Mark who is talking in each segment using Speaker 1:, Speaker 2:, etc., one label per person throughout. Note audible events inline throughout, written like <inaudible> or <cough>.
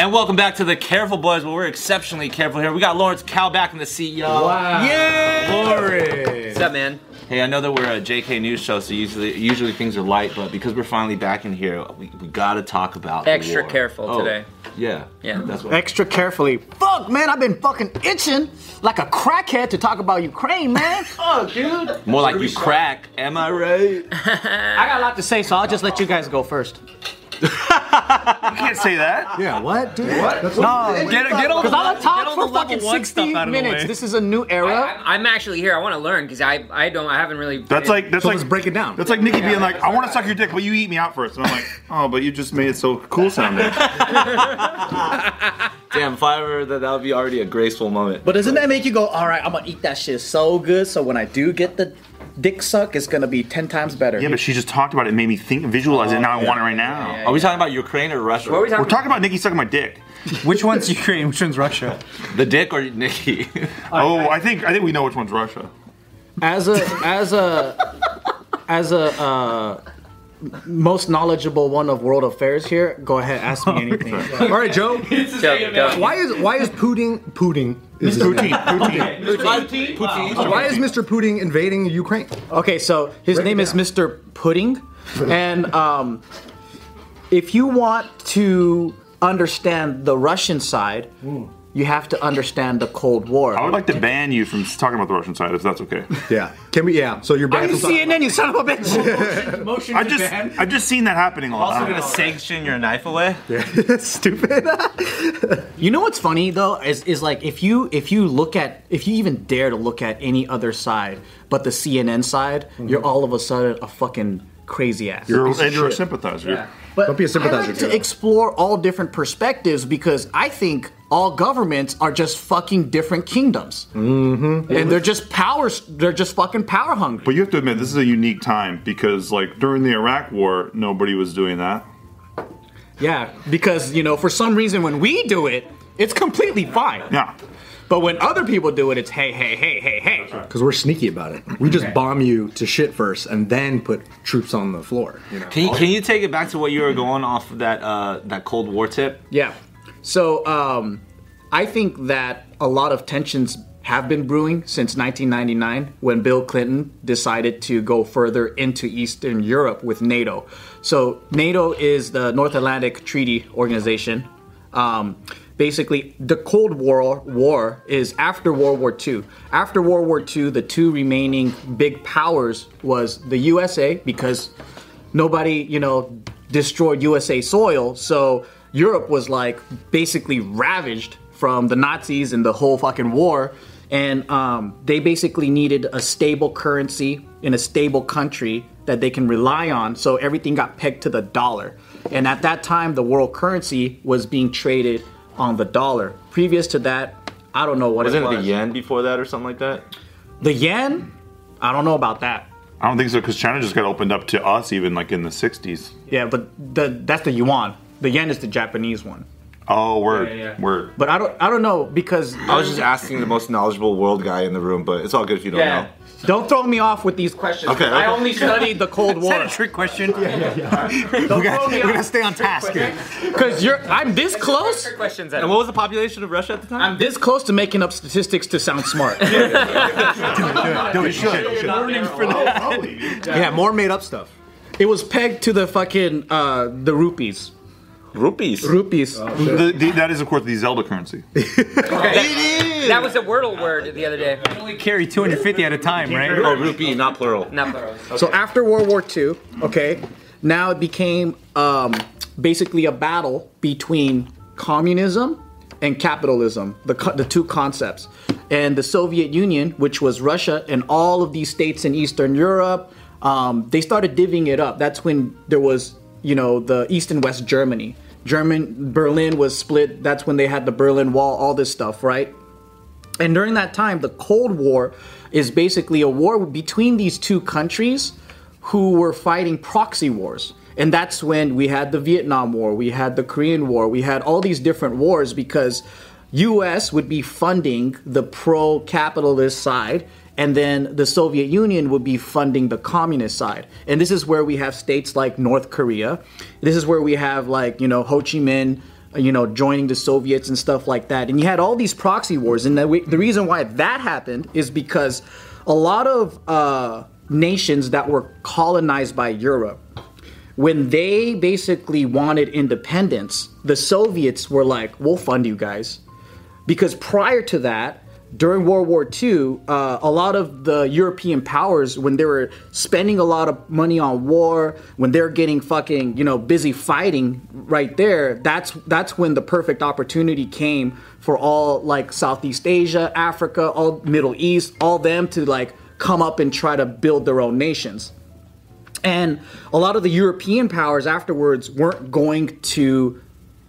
Speaker 1: And welcome back to the Careful Boys. Well, we're exceptionally careful here. We got Lawrence Cow back in the seat, y'all.
Speaker 2: Wow.
Speaker 1: Yeah.
Speaker 2: Lawrence.
Speaker 3: What's up, man?
Speaker 1: Hey, I know that we're a JK News show, so usually usually things are light, but because we're finally back in here, we, we gotta talk about the
Speaker 3: Extra
Speaker 1: war. Oh,
Speaker 3: careful today.
Speaker 1: Yeah.
Speaker 3: Yeah.
Speaker 1: That's what.
Speaker 2: Extra carefully. Fuck, man, I've been fucking itching like a crackhead to talk about Ukraine, man.
Speaker 4: Oh, dude.
Speaker 1: More like you crack. Am I right?
Speaker 2: <laughs> I got a lot to say, so I'll just let you guys go first.
Speaker 1: Can't say that.
Speaker 2: Yeah, what, dude? What? No,
Speaker 1: Get get on.
Speaker 2: because
Speaker 1: the-
Speaker 2: I done talked
Speaker 5: all
Speaker 2: for
Speaker 5: the level
Speaker 2: fucking
Speaker 5: one stuff
Speaker 2: 60
Speaker 5: out of the
Speaker 2: minutes.
Speaker 5: way.
Speaker 2: This is a new era.
Speaker 3: I, am actually here. I want to learn because I I don't I haven't really.
Speaker 4: That's like that's
Speaker 2: So
Speaker 4: like
Speaker 2: let's break it down.
Speaker 4: That's like Nikki being like, I want to suck your dick, but you eat me out first. And I'm like, oh, but you just made it so
Speaker 2: <laughs>
Speaker 4: cool sounding.
Speaker 1: Damn, if I were that, that would be already a graceful moment.
Speaker 6: But doesn't that make you go, all right, I'm gonna eat that shit so good, so when I do get the dick suck, it's gonna be 10 times better.
Speaker 4: yeah, but she just talked about it, and made me think, visualize it, and
Speaker 2: Oh,
Speaker 4: now I want it right now.
Speaker 1: Are we talking about Ukraine or Russia?
Speaker 3: What are we talking
Speaker 4: We're talking about Nikki sucking my dick.
Speaker 5: Which one's Ukraine? Which one's Russia?
Speaker 1: The dick or
Speaker 3: <laughs>
Speaker 1: Nikki?
Speaker 4: Oh, I think I think we know which one's Russia.
Speaker 2: As a as a as a uh, most knowledgeable one of world affairs here, go ahead, ask <laughs> me anything.
Speaker 7: All right, Joe.
Speaker 3: Joe, Joe.
Speaker 7: Why is why is Putin Putin? is his name.
Speaker 4: Poutine, poutine.
Speaker 7: Why is Mr. Putin invading Ukraine?
Speaker 2: Okay, so his name is Mr. Pudding, and um, if you want to understand the Russian side, you have to understand the Cold War.
Speaker 4: I would like to ban you from talking about the Russian side, if
Speaker 2: <laughs>
Speaker 4: that's okay.
Speaker 7: Yeah. Can we? Yeah. So you're
Speaker 2: Are
Speaker 7: banned
Speaker 2: you
Speaker 7: from-
Speaker 2: CNN, you son of a bitch?
Speaker 5: Motion
Speaker 4: I've just I've just seen that happening a lot.
Speaker 1: also gonna sanction your knife away?
Speaker 7: That's <laughs> stupid.
Speaker 2: you know what's funny though is is like if you if you look at if you even dare to look at any other side but the CNN side, you're all of a sudden a fucking crazy ass.
Speaker 4: You're, and you're a sympathizer.
Speaker 2: But
Speaker 7: Don't be a
Speaker 2: I
Speaker 7: sympathizer,
Speaker 2: like to
Speaker 7: Joe.
Speaker 2: explore all different perspectives because I think all governments are just fucking different kingdoms, mm-hmm. and they're just powers. They're just fucking power hungry.
Speaker 4: But you have to admit, this is a unique time because, like, during the Iraq War, nobody was doing that.
Speaker 2: yeah, because you know, for some reason, when we do it, it's completely fine.
Speaker 4: Yeah.
Speaker 2: But when other people do it, it's hey, hey, hey, hey, hey.
Speaker 7: Because we're sneaky about it. We just bomb you to shit first, and then put troops on the floor. You know.
Speaker 1: Can you, can you take it back to what you were going off of that uh, that Cold War tip?
Speaker 2: Yeah. So um, I think that a lot of tensions have been brewing since 1999 when Bill Clinton decided to go further into Eastern Europe with NATO. So NATO is the North Atlantic Treaty Organization. Um, basically, the Cold War war is after World War II. After World War II, the two remaining big powers was the USA because nobody, you know, destroyed USA soil. So Europe was like basically ravaged from the Nazis and the whole fucking war. And um, they basically needed a stable currency in a stable country that they can rely on. So everything got pegged to the dollar. And at that time, the world currency was being traded on the dollar. Previous to that, I don't know what
Speaker 1: Wasn't
Speaker 2: it
Speaker 1: it
Speaker 2: was.
Speaker 1: the yen before that or something like that?
Speaker 2: The yen? I don't know about that.
Speaker 4: I don't think so because China just got opened up to us, even like in the 60s.
Speaker 2: Yeah, but the, that's the yuan. The yen is the Japanese one.
Speaker 4: Oh, word. Word.
Speaker 2: But I don't I don't know because
Speaker 1: I was just asking the most knowledgeable world guy in the room, but it's all good if you don't
Speaker 3: Yeah.
Speaker 1: know.
Speaker 2: Don't throw me off with these questions.
Speaker 1: Okay,
Speaker 2: I
Speaker 1: okay.
Speaker 2: only studied the Cold
Speaker 5: Is that
Speaker 2: War.
Speaker 5: a trick question?
Speaker 2: Don't throw me off
Speaker 7: stay on task. here.
Speaker 2: because you're. I'm this close.
Speaker 3: Trick questions.
Speaker 1: And what was the population of Russia at the time?
Speaker 2: I'm this close to making up statistics to sound
Speaker 5: <laughs>
Speaker 2: smart.
Speaker 7: Yeah, more made up stuff.
Speaker 2: it was pegged to the fucking uh, the rupees. Oh.
Speaker 1: Rupees.
Speaker 2: Rupees.
Speaker 4: The- the- that is, of course, the Zelda currency.
Speaker 3: That was a Wordle word the other day.
Speaker 5: Only carry 250 at a time, right?
Speaker 1: Oh, rupee, not plural.
Speaker 3: Not plural.
Speaker 2: So after World War II, okay, now it became um, basically a battle between communism and capitalism, the, co- the two concepts. And the Soviet Union, which was Russia and all of these states in Eastern Europe, um, they started divvying it up. That's when there was, you know, the East and West Germany. German Berlin was split. That's when they had the Berlin Wall, all this stuff, right? And during that time, the Cold War is basically a war between these two countries who were fighting proxy wars. And that's when we had the Vietnam War, we had the Korean War, we had all these different wars because US would be funding the pro capitalist side and then the Soviet Union would be funding the communist side. And this is where we have states like North Korea. This is where we have like, you know, Ho Chi Minh uh, you know, joining the Soviets and stuff like that. And you had all these proxy wars. And the, we, the reason why that happened is because a lot of uh, nations that were colonized by Europe, when they basically wanted independence, the Soviets were like, we'll fund you guys because prior to that, during World War II, uh, a lot of the European powers, when they were spending a lot of money on war, when they're getting fucking you know busy fighting right there, that's that's when the perfect opportunity came for all like Southeast Asia, Africa, all Middle East, all them to like come up and try to build their own nations. And a lot of the European powers afterwards weren't going to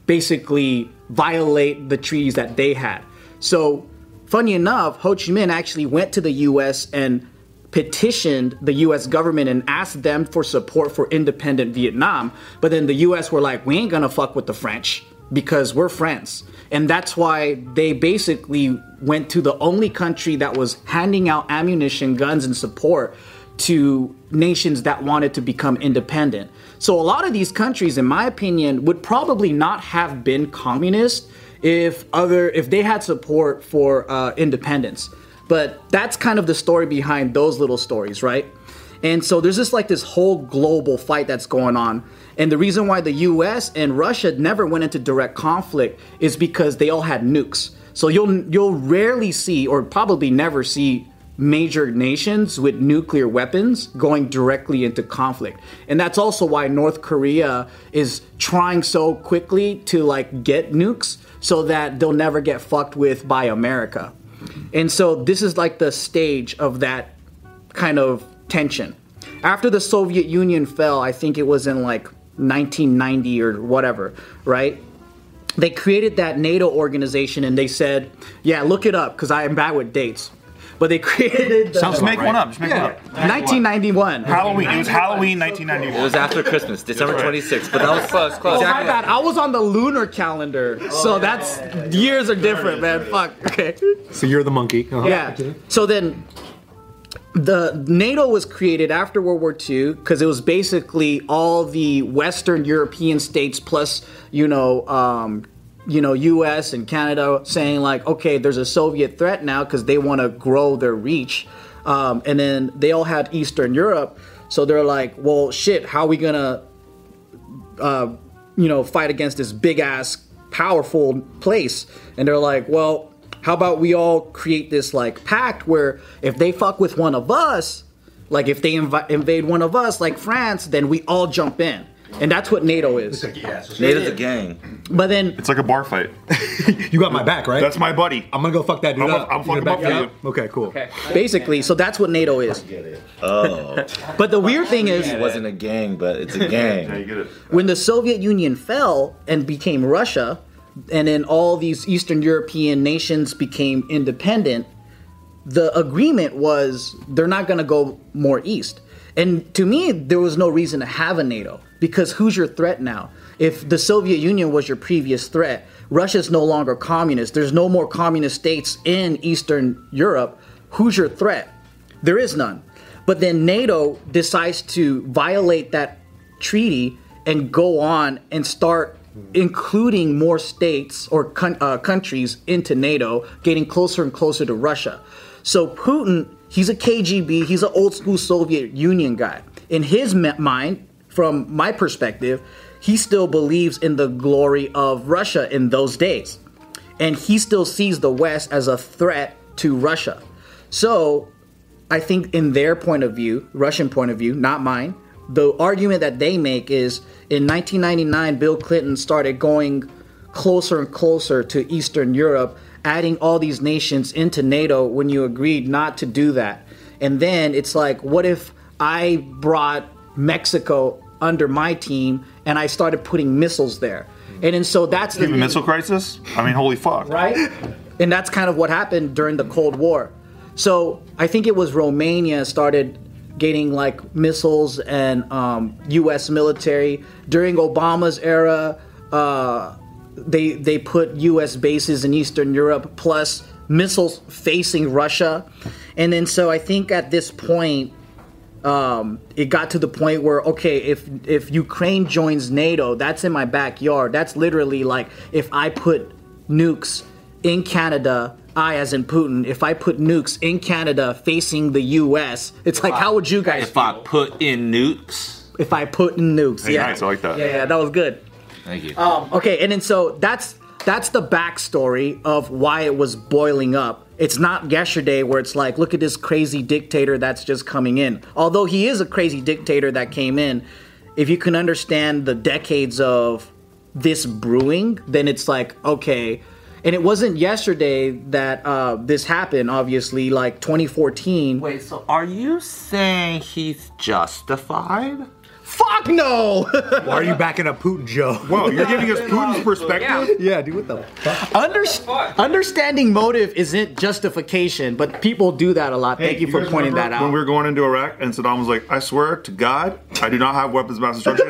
Speaker 2: basically violate the treaties that they had. So, funny enough, Ho Chi Minh actually went to the US and petitioned the US government and asked them for support for independent Vietnam. But then the US were like, we ain't gonna fuck with the French because we're friends. And that's why they basically went to the only country that was handing out ammunition, guns, and support to nations that wanted to become independent. So a lot of these countries, in my opinion, would probably not have been communist if other if they had support for uh, independence. But that's kind of the story behind those little stories, right? And so there's just like this whole global fight that's going on. And the reason why the US and Russia never went into direct conflict is because they all had nukes. So you'll you'll rarely see or probably never see major nations with nuclear weapons going directly into conflict. And that's also why North Korea is trying so quickly to like get nukes so that they'll never get fucked with by America. And so this is like the stage of that kind of tension. After the Soviet Union fell, I think it was in like 1990 or whatever, right? They created that NATO organization and they said, yeah, look it up because I am bad with dates. But they <laughs> created the
Speaker 4: Just make one up. Just make one up.
Speaker 2: 1991.
Speaker 4: Halloween. It was Halloween 1991.
Speaker 1: It was after Christmas, December 26th, but that was close, close.
Speaker 2: Oh my bad. I was on the lunar calendar, so that's years are different, man. Fuck. Okay.
Speaker 7: <laughs> So you're the monkey. Uh-huh.
Speaker 2: Yeah. So then, the NATO was created after World War II because it was basically all the Western European states plus you know. Um, you know, U.S. and Canada saying like, okay, there's a Soviet threat now because they want to grow their reach, um, and then they all had Eastern Europe, so they're like, well, shit, how are we gonna uh, you know, fight against this big ass powerful place. And they're like, well, how about we all create this like pact where if they fuck with one of us, like if they inv- invade one of us, like France, then we all jump in. And that's what NATO is.
Speaker 1: NATO's a gang.
Speaker 2: But then,
Speaker 4: It's like a bar fight.
Speaker 7: You got my back, right?
Speaker 4: That's my buddy.
Speaker 7: I'm gonna go fuck that dude
Speaker 4: I'm-
Speaker 7: up.
Speaker 4: I'm
Speaker 7: You gonna
Speaker 4: fucking
Speaker 7: back
Speaker 4: up
Speaker 7: me
Speaker 4: for
Speaker 7: up? Okay, cool.
Speaker 2: basically, so that's what NATO is.
Speaker 1: Oh.
Speaker 2: But the weird thing is,
Speaker 1: It wasn't a gang, but it's a
Speaker 4: Yeah, you
Speaker 1: gang.
Speaker 4: get it.
Speaker 2: when the Soviet Union fell and became Russia, and then all these Eastern European nations became independent, the agreement was they're not going to go more east. And to me, there was no reason to have a NATO because who's your threat now? If the Soviet Union was your previous threat, Russia's no longer communist. There's no more communist states in Eastern Europe. Who's your threat? There is none. But then NATO decides to violate that treaty and go on and start including more states or con- uh, countries into NATO, getting closer and closer to Russia. So Putin, he's a KGB, he's an old school Soviet Union guy. In his me- mind, from my perspective, he still believes in the glory of Russia in those days and he still sees the West as a threat to Russia. So, I think in their point of view, Russian point of view, not mine, the argument that they make is in 1999, Bill Clinton started going closer and closer to Eastern Europe, adding all these nations into NATO when you agreed not to do that. And then it's like, what if I brought Mexico under my team and I started putting missiles there? And, and so that's the
Speaker 4: The missile crisis? I mean, holy fuck.
Speaker 2: right? And that's kind of what happened during the Cold War. So I think it was Romania started getting like missiles and um, U.S. military during Obama's era. Uh, they they put U.S. bases in Eastern Europe plus missiles facing Russia, and then so I think at this point um, it got to the point where okay, if if Ukraine joins NATO, that's in my backyard. That's literally like if I put nukes in Canada. I, as in Putin, if I put nukes in Canada facing the U.S., it's like, how would you guys
Speaker 1: If I
Speaker 2: feel
Speaker 1: put in nukes,
Speaker 2: if I put in nukes?
Speaker 4: Hey,
Speaker 2: yeah,
Speaker 4: nice, I like that.
Speaker 2: Yeah, yeah, that was good.
Speaker 1: thank you.
Speaker 2: Um, okay, and then so that's that's the backstory of why it was boiling up. It's not yesterday where it's like, look at this crazy dictator that's just coming in. Although he is a crazy dictator that came in, if you can understand the decades of this brewing, then it's like, okay. And it wasn't yesterday that uh, this happened, obviously, like 2014.
Speaker 1: Wait, so are you saying he's justified?
Speaker 2: Fuck
Speaker 7: <laughs>
Speaker 2: no!
Speaker 7: Why are you backing up Putin, Joe?
Speaker 4: Whoa, Oh, you're
Speaker 7: <laughs>
Speaker 4: giving us Putin's
Speaker 3: Yeah.
Speaker 4: perspective?
Speaker 7: yeah, dude, what the fuck?
Speaker 2: Underst- understanding motive isn't justification, but people do that a lot. Thank you, for
Speaker 4: guys
Speaker 2: pointing that
Speaker 4: remember
Speaker 2: out.
Speaker 4: When we were going into Iraq, and Saddam was like, "I swear to God, I do not have weapons of
Speaker 2: <laughs>
Speaker 4: mass destruction,"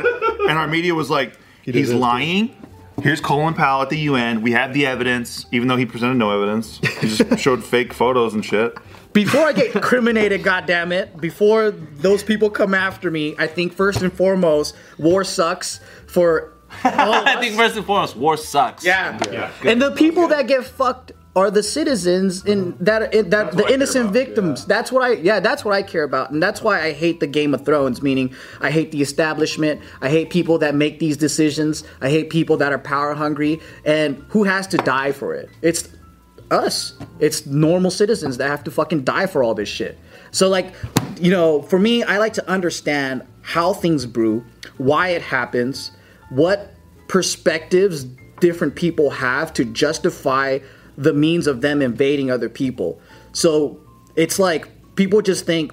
Speaker 4: and our media was like,
Speaker 7: did
Speaker 4: "He's
Speaker 7: this,
Speaker 4: lying." Here's Colin Powell at the UN. We have the evidence, even though he presented no evidence.
Speaker 2: <laughs>
Speaker 4: He just showed fake photos and shit.
Speaker 2: before I
Speaker 4: <laughs>
Speaker 2: get incriminated, goddammit, before those people come after me, I think first and foremost, war sucks for all
Speaker 1: <laughs>
Speaker 2: of
Speaker 1: I think first and foremost, war sucks.
Speaker 2: Yeah. And the people that get fucked are the citizens in that in that the innocent victims. That's what I yeah, that's what I care about. And that's why I hate the Game of Thrones, meaning I hate the establishment, I hate people that make these decisions, I hate people that are power hungry and who has to die for it? It's us. It's normal citizens that have to fucking die for all this shit. So like, you know, for me, I like to understand how things brew, why it happens, what perspectives different people have to justify the means of them invading other people. So it's like people just think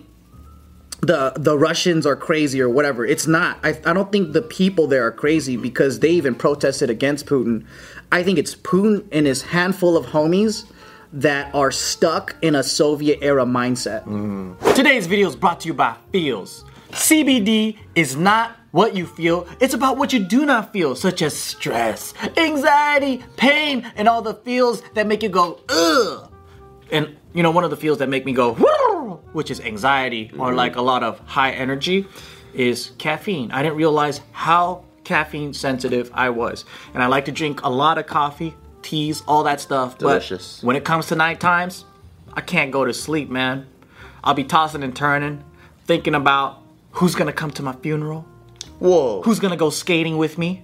Speaker 2: the the Russians are crazy or whatever. It's not. I, I don't think the people there are crazy because they even protested against Putin. I think it's Putin and his handful of homies that are stuck in a Soviet era mindset. Mm-hmm. Today's video is brought to you by Feels. CBD is not what you feel, it's about what you do not feel, such as stress, anxiety, pain, and all the feels that make you go, ugh. And you know, one of the feels that make me go, "Whoa," which is anxiety or like a lot of high energy, is caffeine. I didn't realize how caffeine sensitive I was. And I like to drink a lot of coffee, teas, all that stuff.
Speaker 1: Delicious.
Speaker 2: But when it comes to night times, I can't go to sleep, man. I'll be tossing and turning, thinking about who's gonna come to my funeral,
Speaker 1: Whoa.
Speaker 2: who's gonna go skating with me,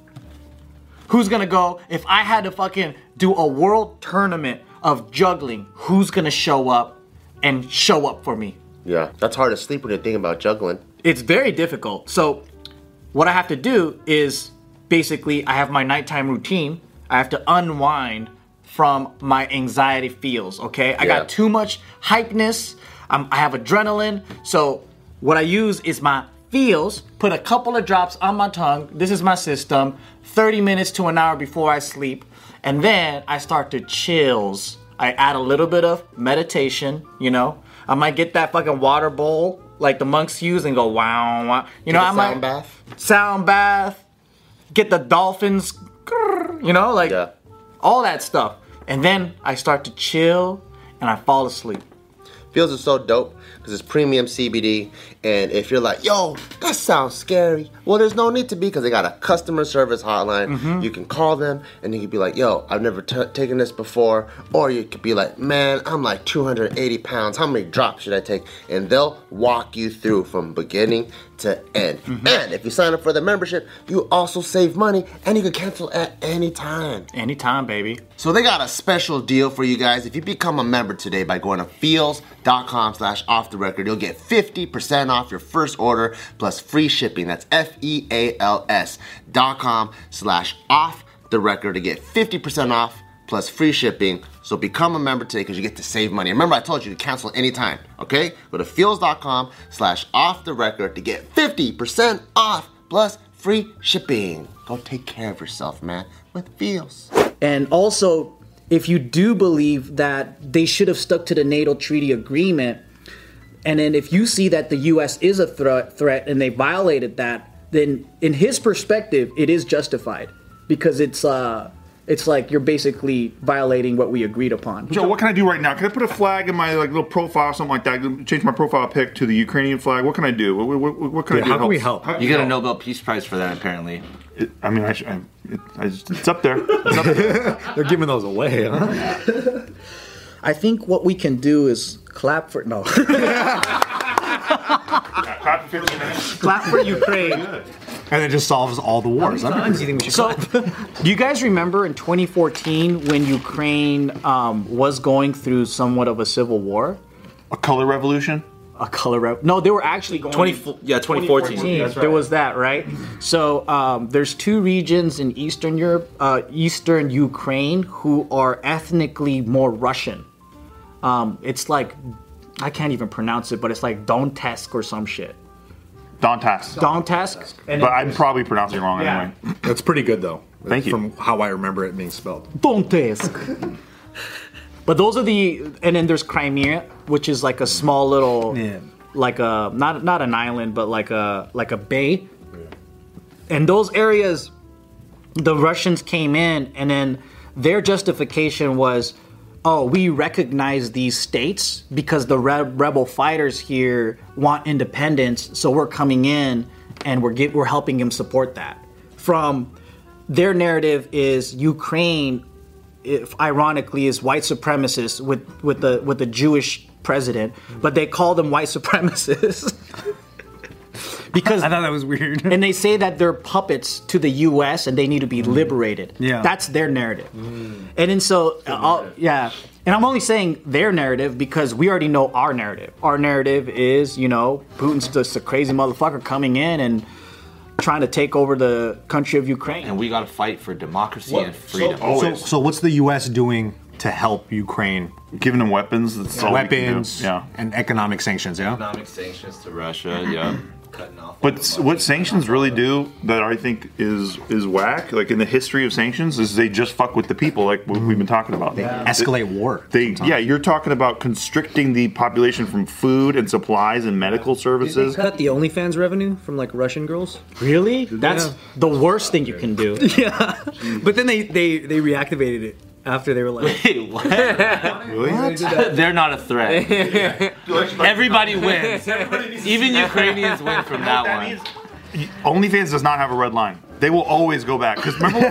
Speaker 2: who's gonna go, if I had to fucking do a world tournament of juggling, who's gonna show up and show up for me?
Speaker 8: Yeah, that's hard to sleep when you're thinking about juggling.
Speaker 2: It's very difficult. So, what I have to do is basically, I have my nighttime routine, I have to unwind from my anxiety feels, okay? I
Speaker 8: Yeah.
Speaker 2: got too much hypeness, um, I have adrenaline, so what I use is my feels, put a couple of drops on my tongue. This is my system. 30 minutes to an hour before I sleep. And then I start to chills. I add a little bit of meditation, you know. I might get that fucking water bowl like the monks use and go wow, wow. You know, I might
Speaker 8: sound bath.
Speaker 2: sound bath, get the dolphins, grrr, you know, like
Speaker 8: Yeah.
Speaker 2: all that stuff. And then I start to chill and I fall asleep.
Speaker 8: Feels is so dope because it's premium CBD. And if you're like, yo, that sounds scary, well, there's no need to be because they got a customer service hotline. You can call them and you can be like, yo, I've never t- taken this before. Or you could be like, man, I'm like 280 pounds. How many drops should I take? And they'll walk you through from beginning to end. And if you sign up for the membership, you also save money and you can cancel at any time.
Speaker 2: Anytime, baby.
Speaker 8: So they got a special deal for you guys. If you become a member today by going to feels.com slash off the record, you'll get 50% off your first order plus free shipping. That's E F-E-A-L-S dot com slash off the record to get 50% off plus free shipping. So become a member today because you get to save money. Remember, I told you to cancel anytime, okay? Go to feels.com slash off the record to get 50% off plus free shipping. Go take care of yourself, man, with feels.
Speaker 2: And also, if you do believe that they should have stuck to the NATO treaty agreement, and then if you see that the U.S. is a threat, threat and they violated that, then in his perspective, it is justified because it's uh,
Speaker 6: it's like you're basically violating what we agreed upon.
Speaker 4: Joe, what can I do right now? Can I put a flag in my like little profile, or something like that? Change my profile pic to the Ukrainian flag. What can I do? What, what- what- what can
Speaker 7: Yeah,
Speaker 4: I do?
Speaker 7: how can we help?
Speaker 4: How can
Speaker 1: You
Speaker 4: we
Speaker 1: got a
Speaker 4: help?
Speaker 1: Nobel Peace Prize for that, apparently.
Speaker 4: I mean, I, sh- I, it, I just, it's up there. It's up there.
Speaker 7: They're giving those away, huh?
Speaker 6: I think what we can do is clap for no. <laughs>
Speaker 4: Clap for 15 minutes.
Speaker 2: Clap for Ukraine.
Speaker 7: and it just solves all the wars. I mean,
Speaker 2: So, do you guys remember in 2014 when Ukraine um, was going through somewhat of a civil war?
Speaker 4: A color revolution.
Speaker 2: A color rev- No, they were actually going.
Speaker 1: 20, yeah, 2014.
Speaker 2: There was that, right? So um, there's two regions in Eastern Europe, uh, Eastern Ukraine, who are ethnically more Russian. Um, it's like I can't even pronounce it, but it's like Donetsk or some shit.
Speaker 4: Donetsk.
Speaker 2: Donetsk. And
Speaker 4: but I'm probably pronouncing it wrong
Speaker 2: Yeah.
Speaker 4: anyway.
Speaker 7: that's pretty good, though.
Speaker 4: Thank you.
Speaker 7: From how I remember it being spelled.
Speaker 2: Donetsk. but those are the, and then there's Crimea, which is like a small little, like a not not an island, but like a like a bay. And those areas, the Russians came in, and then their justification was, "Oh, we recognize these states because the re- rebel fighters here want independence, so we're coming in and we're get, we're helping them support that." From their narrative is Ukraine, if ironically, is white supremacists with with the with the Jewish president, but they call them white supremacists <laughs> because
Speaker 5: I thought that was weird. <laughs>
Speaker 2: and they say that they're puppets to the U.S. and they need to be liberated.
Speaker 5: Yeah.
Speaker 2: that's their narrative. And then so, uh, I'll- yeah. And I'm only saying their narrative because we already know our narrative. Our narrative is, you know, Putin's just a crazy motherfucker coming in and trying to take over the country of Ukraine.
Speaker 1: And we got to fight for democracy and freedom.
Speaker 7: So, so what's the U.S. doing to help Ukraine?
Speaker 4: Giving them weapons. That's all we can do.
Speaker 7: Weapons
Speaker 4: Yeah.
Speaker 7: and economic sanctions, yeah?
Speaker 1: Economic sanctions to Russia, yeah. Cutting off.
Speaker 4: But s- what sanctions really do that I think is is whack, like in the history of sanctions, is they just fuck with the people, like what we've been talking about.
Speaker 7: Escalate war.
Speaker 4: They, yeah, you're talking about constricting the population from food and supplies and medical services.
Speaker 9: Cut the OnlyFans revenue from like Russian girls.
Speaker 2: Really? That's the worst thing you can do.
Speaker 9: But then they they they reactivated it after they were
Speaker 1: <laughs>
Speaker 9: like,
Speaker 1: Hey, what? <laughs> They're not a threat. Everybody wins. Even Ukrainians win from that one.
Speaker 4: OnlyFans does not have a red line. They will always go back. Because remember,
Speaker 1: Yeah,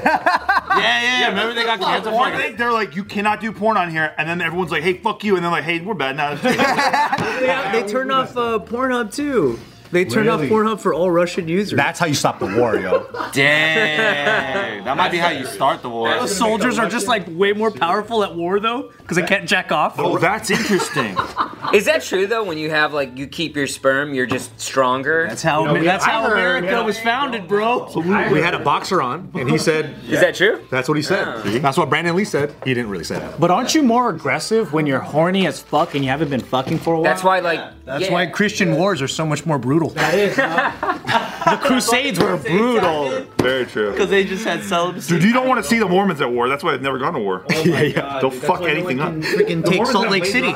Speaker 1: yeah, yeah. Remember they got canceled for
Speaker 4: one day they're like, you cannot do porn on here. And then everyone's like, hey, fuck you. And they're like, hey, we're bad now.
Speaker 9: yeah, they turned off uh, Pornhub too. They turned
Speaker 7: Really?
Speaker 9: off Pornhub for all Russian users.
Speaker 7: That's how you stop the war, yo.
Speaker 1: Dang. That might be how you start the war.
Speaker 5: Those soldiers are just like way more powerful at war though, because they can't jack off.
Speaker 4: oh, that's interesting.
Speaker 3: Is that true though? When you have like you keep your sperm, you're just stronger.
Speaker 5: That's how that's how America was founded, bro.
Speaker 7: we had a boxer on, and he said,
Speaker 3: Is that true?
Speaker 7: that's what he said. That's what Brandon Lee said. He didn't really say that.
Speaker 2: But aren't you more aggressive when you're horny as fuck and you haven't been fucking for a while?
Speaker 3: That's why like
Speaker 5: That's
Speaker 3: yeah.
Speaker 5: why Christian wars are so much more brutal.
Speaker 2: the Crusades were brutal.
Speaker 4: Very true.
Speaker 1: Because they just had celibacy.
Speaker 4: Dude, you don't want to see the Mormons at war. That's why I've never gone to war.
Speaker 9: Oh
Speaker 4: <laughs> yeah, yeah. They'll fuck anything up.
Speaker 9: freaking take Salt Lake City.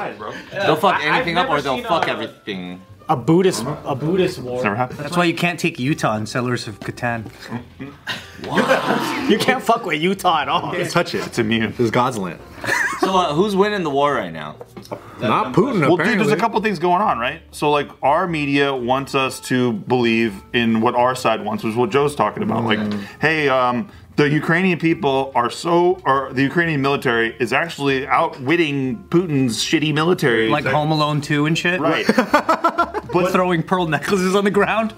Speaker 1: They'll fuck
Speaker 2: I- I've
Speaker 1: anything up or
Speaker 2: never
Speaker 1: they'll
Speaker 2: seen
Speaker 1: fuck
Speaker 2: a-
Speaker 1: everything.
Speaker 2: A Buddhist, a Buddhist war.
Speaker 4: Never happened.
Speaker 5: That's why you can't take Utah and Settlers of Catan.
Speaker 2: You can't fuck with Utah at all.
Speaker 7: Touch it.
Speaker 4: It's immune.
Speaker 7: This is God's land.
Speaker 1: So uh, who's winning the war right now?
Speaker 7: Not Putin,
Speaker 4: Well,
Speaker 7: apparently.
Speaker 4: dude, there's a couple things going on, right? So, like, our media wants us to believe in what our side wants, which is what Joe's talking about. Like, hey, um, the Ukrainian people are so, or the Ukrainian military is actually outwitting Putin's shitty military.
Speaker 5: Like Home Alone 2 and shit.
Speaker 4: Right.
Speaker 5: But throwing pearl necklaces on the ground.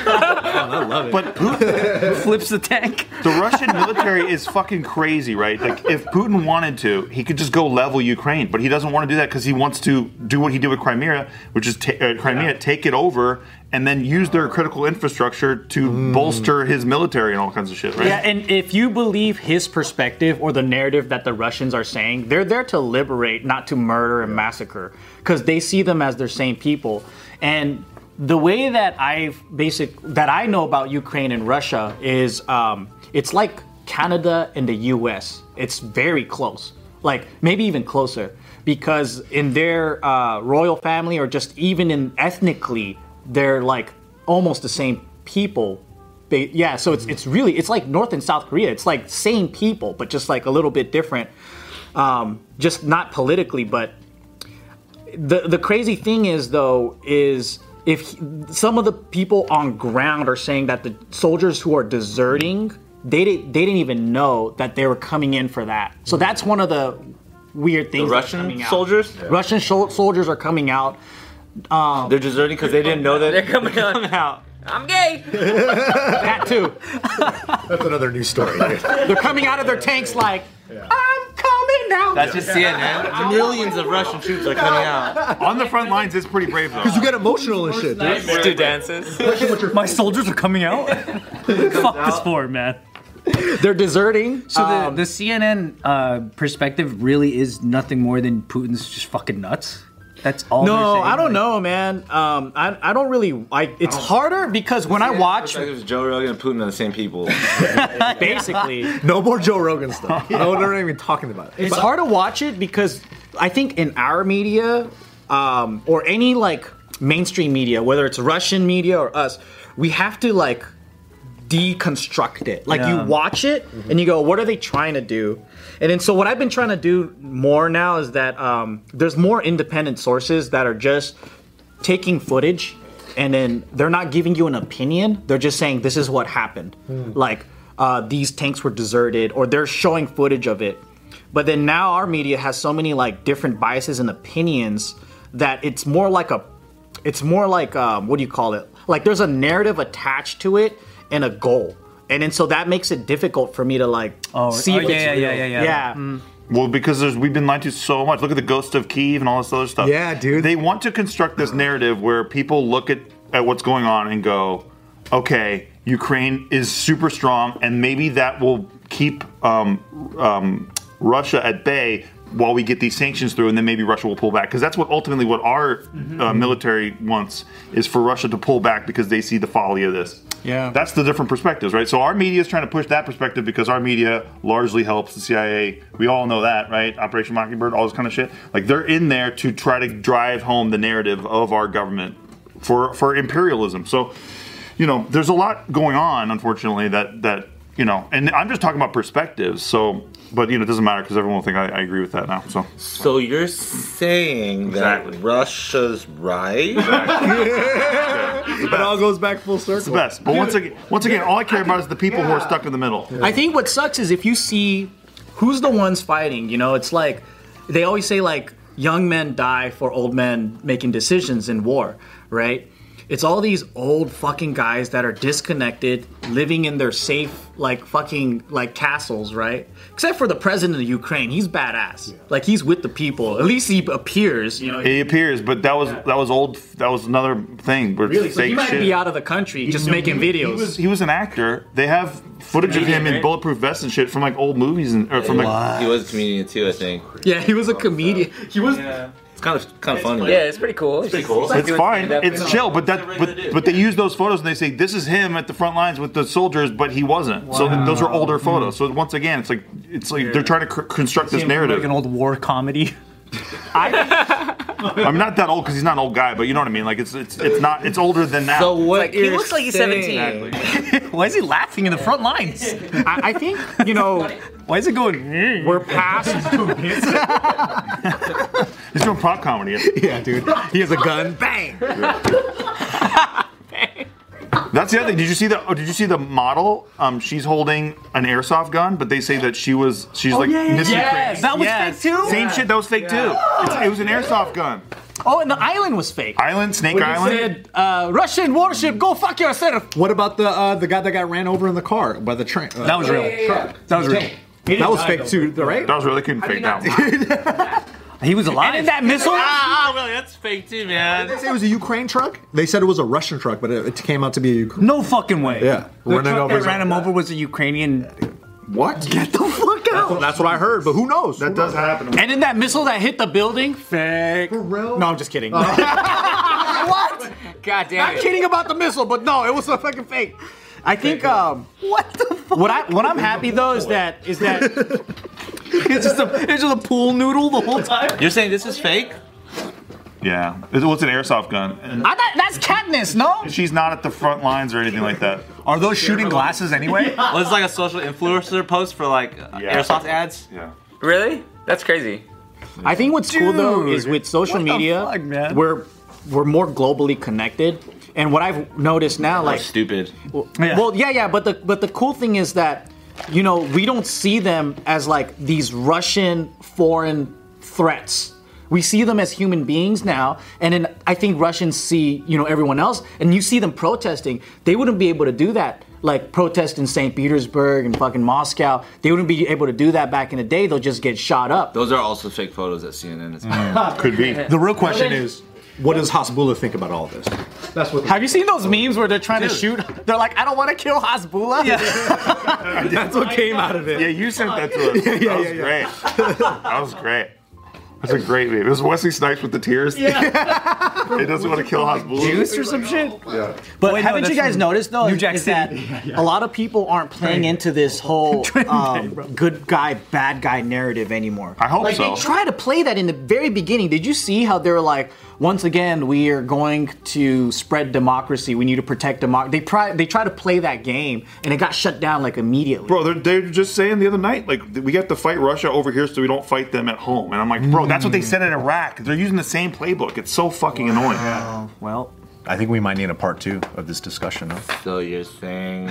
Speaker 4: but Putin,
Speaker 5: <laughs> Flips the tank.
Speaker 4: the Russian military is fucking crazy, right? Like, if Putin wanted to, he could just go level Ukraine, but he doesn't want to do that because he wants to do what he did with Crimea, which is ta- uh, Crimea, take it over, and then use their critical infrastructure to bolster his military and all kinds of shit, right?
Speaker 2: Yeah, and if you believe his perspective or the narrative that the Russians are saying, they're there to liberate, not to murder and massacre, because they see them as their same people. And the way that I've basic that I know about Ukraine and Russia is um, it's like Canada and the U.S. It's very close, like maybe even closer, because in their uh, royal family or just even in ethnically, they're like almost the same people they yeah. So it's it's really it's like North and South Korea. It's like same people, but just like a little bit different. Um, just not politically, but the the crazy thing is though is if he- some of the people on ground are saying that the soldiers who are deserting they didn't they didn't even know that they were coming in for that. So that's one of the weird things. that's
Speaker 1: Russian
Speaker 2: coming out.
Speaker 1: soldiers?
Speaker 2: Russian shol- soldiers are coming out.
Speaker 1: They're deserting because they didn't know
Speaker 3: They're
Speaker 1: that. <laughs>
Speaker 3: coming on.
Speaker 2: Out
Speaker 3: I'm gay.
Speaker 2: that too.
Speaker 7: That's another new story.
Speaker 2: They're coming out of their tanks like I'm coming out.
Speaker 1: That's just <laughs> CNN. Millions of Russian troops are coming out.
Speaker 4: On the front lines, it's pretty brave though.
Speaker 7: you get emotional and shit. Dude.
Speaker 1: Do dances.
Speaker 5: My soldiers are
Speaker 2: <laughs>
Speaker 5: coming out. Fuck this war, man.
Speaker 2: They're deserting.
Speaker 5: So the, the CNN uh, perspective really is nothing more than Putin's just fucking nuts. That's all. they're
Speaker 2: No,
Speaker 5: saying,
Speaker 2: I don't
Speaker 5: like-
Speaker 2: know, man. Um, I, I don't really. I it's harder because when
Speaker 1: <laughs>
Speaker 2: I watch,
Speaker 1: It was Joe Rogan and Putin are the same people.
Speaker 2: basically,
Speaker 7: No more Joe Rogan stuff. No, we're not even talking about it.
Speaker 2: it's hard to watch it because I think in our media, um, or any like mainstream media, whether it's Russian media or us, we have to like deconstruct it. Like
Speaker 5: Yeah.
Speaker 2: you watch it and you go, what are they trying to do? And then so what I've been trying to do more now is that um, there's more independent sources that are just taking footage and then they're not giving you an opinion. They're just saying this is what happened.
Speaker 7: Hmm.
Speaker 2: Like uh, these tanks were deserted or they're showing footage of it. But then now our media has so many like different biases and opinions that it's more like a it's more like um, what do you call it like there's a narrative attached to it and a goal and then so that makes it difficult for me to like
Speaker 5: Oh,
Speaker 2: see
Speaker 5: oh,
Speaker 2: if
Speaker 5: yeah,
Speaker 2: it's
Speaker 5: yeah,
Speaker 2: real.
Speaker 5: yeah, yeah, Hmm. yeah.
Speaker 4: Well, because there's, we've been lied to so much. Look at the ghost of Kiev and all this other stuff.
Speaker 7: Yeah, dude.
Speaker 4: They want to construct this narrative where people look at, at what's going on and go, okay, Ukraine is super strong, and maybe that will keep um, um, Russia at bay while we get these sanctions through, and then maybe Russia will pull back. Because that's what ultimately what our
Speaker 7: Mm-hmm.
Speaker 4: uh, military wants is for Russia to pull back because they see the folly of this.
Speaker 2: Yeah.
Speaker 4: That's the different perspectives, right? So our media is trying to push that perspective because our media largely helps the CIA. We all know that, right? Operation Mockingbird, all this kind of shit. Like they're in there to try to drive home the narrative of our government for for imperialism. So, you know, there's a lot going on, unfortunately, that that you know, and I'm just talking about perspectives. So, but you know, it doesn't matter because everyone will think I, I agree with that now. So,
Speaker 1: So you're saying
Speaker 4: Exactly.
Speaker 1: that Russia's right?
Speaker 7: It all goes back full circle.
Speaker 4: best. But once again, once again, all I care about is the people who are stuck in the middle.
Speaker 2: I think what sucks is if you see who's the ones fighting, you know, it's like they always say like young men die for old men making decisions in war, right? It's all these old fucking guys that are disconnected, living in their safe like fucking like castles, right? Except for the president of Ukraine, he's badass. Like he's with the people. At least he appears, you know.
Speaker 4: It appears, but that was that was old. That was another thing. Where
Speaker 2: really, so he
Speaker 4: fake
Speaker 2: might
Speaker 4: shit.
Speaker 2: be out of the country just making videos.
Speaker 4: He was, he was an actor. They have footage of him in bulletproof vests and shit from like old movies and or from like.
Speaker 1: He was a comedian too, I think.
Speaker 2: yeah, he
Speaker 5: Oh,
Speaker 2: was a comedian. He was
Speaker 1: It's kind of kind of funny.
Speaker 3: Yeah, it's pretty cool. It's
Speaker 1: pretty cool.
Speaker 4: It's fine. It's chill, but that
Speaker 1: It's a regular
Speaker 4: but,
Speaker 1: dude.
Speaker 4: but they use those photos and they say this is him at the front lines with the soldiers, but he wasn't. So th- those are older photos. So once again, it's like it's like they're trying to cr- construct this
Speaker 5: Like an
Speaker 4: narrative.
Speaker 5: old war
Speaker 4: <laughs>
Speaker 5: comedy.
Speaker 4: I'm not that old because he's not an old guy, but you know what I mean. Like it's it's it's not it's older than now.
Speaker 1: So what?
Speaker 3: He looks like he's 17.
Speaker 5: Why is he laughing in the front lines?
Speaker 2: I, I think, you know,
Speaker 5: Why is it going?
Speaker 2: we're
Speaker 5: <laughs>
Speaker 2: past
Speaker 4: he's doing prop comedy.
Speaker 7: Yeah, dude. He has a gun. Bang.
Speaker 4: That's the other thing. Did you see the? Oh, did you see the model? Um, she's holding an airsoft gun, but they say that she was. She's like
Speaker 5: Oh, yeah, yeah,
Speaker 4: Miss
Speaker 5: yeah.
Speaker 4: Ukraine.
Speaker 5: That was fake too.
Speaker 4: Same shit. That was fake too. It's, it was an airsoft gun.
Speaker 2: Oh, and the island was fake.
Speaker 4: Island Snake
Speaker 2: When he
Speaker 4: Island.
Speaker 2: said, uh, Russian warship, go fuck yourself.
Speaker 7: What about the uh, the guy that got ran over in the car by the train? Uh,
Speaker 5: That was real. That was real.
Speaker 7: that was fake too, right?
Speaker 4: that was really couldn't fake that one.
Speaker 5: He was alive.
Speaker 2: And that missile?
Speaker 1: Ah, really? That's fake too, man.
Speaker 7: They say it was a Ukraine truck. They said it was a Russian truck, but it, it came out to be a Ukraine.
Speaker 5: No fucking way.
Speaker 7: Yeah,
Speaker 5: The
Speaker 7: running
Speaker 5: truck
Speaker 7: over
Speaker 5: that
Speaker 7: some-
Speaker 5: ran him over was a Ukrainian.
Speaker 7: What? Get the fuck out! That's what, that's what I heard, but who knows?
Speaker 4: That does happen.
Speaker 2: And then that missile that hit the building? Fake.
Speaker 7: real?
Speaker 2: No, I'm just kidding.
Speaker 6: What?
Speaker 3: God damn
Speaker 2: I'm
Speaker 3: it.
Speaker 2: kidding about the missile, but no, it was a fucking fake. I think um,
Speaker 6: What the fuck?
Speaker 2: what I what I'm happy though is that <laughs> is that
Speaker 5: It's just a it's just a pool noodle the whole time.
Speaker 1: You're saying this is fake?
Speaker 4: Yeah. It was an airsoft gun. And
Speaker 6: I thought- that's Katniss, no?
Speaker 4: she's not at the front lines or anything like that.
Speaker 7: Are those shooting glasses anyway?
Speaker 1: Well, it's like a social influencer post for like uh,
Speaker 4: Yeah.
Speaker 1: airsoft ads.
Speaker 4: <laughs> Yeah.
Speaker 3: Really? That's crazy.
Speaker 2: I think what's cool though is with social
Speaker 7: the
Speaker 2: media,
Speaker 7: fuck, man?
Speaker 2: we're we're more globally connected. And what I've noticed now,
Speaker 1: Like
Speaker 2: like,
Speaker 1: stupid.
Speaker 5: Yeah.
Speaker 2: well, yeah, yeah, but the but the cool thing is that, you know, we don't see them as like these Russian foreign threats. We see them as human beings now, and then I think Russians see you know everyone else, and you see them protesting. They wouldn't be able to do that, like protest in Saint Petersburg and fucking Moscow. They wouldn't be able to do that back in the day. They'll just get shot up.
Speaker 1: Those are also fake photos at CNN. It's
Speaker 4: Could be.
Speaker 7: The real question is, what does Hasbullah think about all this? That's what.
Speaker 2: Have you seen those memes where they're trying to shoot? They're like, I don't want to kill Hasbullah.
Speaker 7: That's what came out of it.
Speaker 4: Yeah, you sent that to
Speaker 7: <laughs>
Speaker 4: us. that was great. that was great. That's a great meme. It was Wesley Snipes with the tears. <laughs> Yeah. he doesn't want to kill Hasbullah.
Speaker 5: Juice or some shit.
Speaker 2: But
Speaker 5: Wait, no,
Speaker 2: haven't
Speaker 5: that's
Speaker 2: you guys
Speaker 5: from
Speaker 2: noticed though
Speaker 5: New
Speaker 2: is-
Speaker 5: Jack
Speaker 2: is
Speaker 5: City.
Speaker 2: that a lot of people aren't playing into this whole um, good guy bad guy narrative anymore?
Speaker 4: I hope
Speaker 2: like,
Speaker 4: so.
Speaker 2: They try to play that in the very beginning. Did you see how they're like? Once again, we are going to spread democracy. We need to protect democracy. They try. They try to play that game, and it got shut down like immediately.
Speaker 4: Bro, they're, they're just saying the other night, like, th- we got to fight Russia over here so we don't fight them at home. And I'm like, bro, that's what they said in Iraq. They're using the same playbook. It's so fucking annoying.
Speaker 2: well,
Speaker 7: I think we might need a part two of this discussion. Though.
Speaker 1: still your thing.